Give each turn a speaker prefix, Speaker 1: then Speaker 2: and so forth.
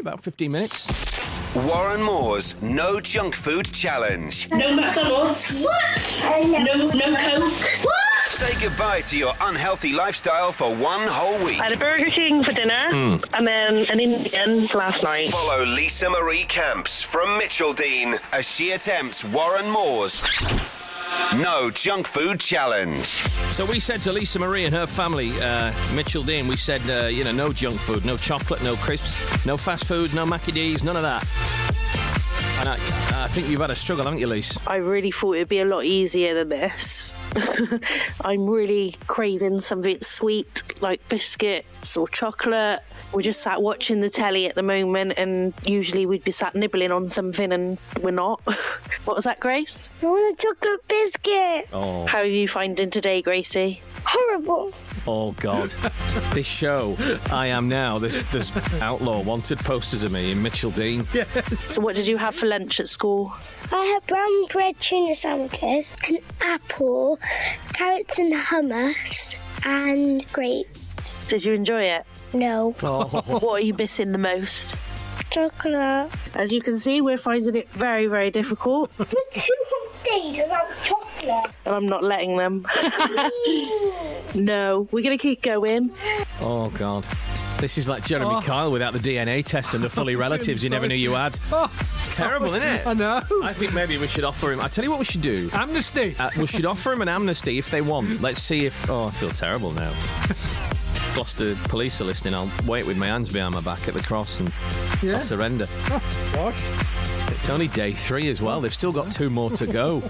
Speaker 1: about 15 minutes.
Speaker 2: Warren Moore's No Junk Food Challenge.
Speaker 3: No McDonald's.
Speaker 4: What? I know.
Speaker 3: No, no Coke.
Speaker 4: What?
Speaker 2: Say goodbye to your unhealthy lifestyle for one whole week.
Speaker 5: I had a Burger King for dinner and then an Indian last night.
Speaker 2: Follow Lisa Marie Camps from Mitcheldean as she attempts Warren Moore's No Junk Food Challenge.
Speaker 1: So we said to Lisa Marie and her family, uh, Mitchell Dean, we said, uh, you know, no junk food, no chocolate, no crisps, no fast food, no Mackie D's, none of that. And I, I think you've had a struggle, haven't you, Lise?
Speaker 6: I really thought it'd be a lot easier than this. I'm really craving something sweet like biscuits or chocolate. We're just sat watching the telly at the moment, and usually we'd be sat nibbling on something, and we're not. what was that, Grace?
Speaker 4: I want a chocolate biscuit.
Speaker 1: Oh,
Speaker 6: How are you finding today, Gracie?
Speaker 4: Horrible.
Speaker 1: oh God! this show, I am now. There's, there's outlaw wanted posters of me in Mitchell Dean.
Speaker 6: So, what did you have for lunch at school?
Speaker 4: I had brown bread tuna sandwiches, an apple, carrots and hummus, and grape.
Speaker 6: Did you enjoy it?
Speaker 4: No,
Speaker 6: What are you missing the most?
Speaker 4: chocolate.
Speaker 6: As you can see, we're finding it very, very difficult,
Speaker 4: For two whole days without chocolate.
Speaker 6: and I'm not letting them. no, we're going to keep going.
Speaker 1: Oh God! This is like Jeremy Kyle without the DNA test and the fully relatives you never knew you had. it's terrible, isn't it?
Speaker 7: I know.
Speaker 1: Oh. I think maybe we should offer him. I tell you what, we should do.
Speaker 7: Amnesty.
Speaker 1: Uh, we should offer him an amnesty if they want. Let's see if. Oh, I feel terrible now. Gloucester police are listening. I'll wait with my hands behind my back at the cross and
Speaker 7: Yeah.
Speaker 1: I'll surrender.
Speaker 7: Gosh.
Speaker 1: It's only day three as well. They've still got two more to go.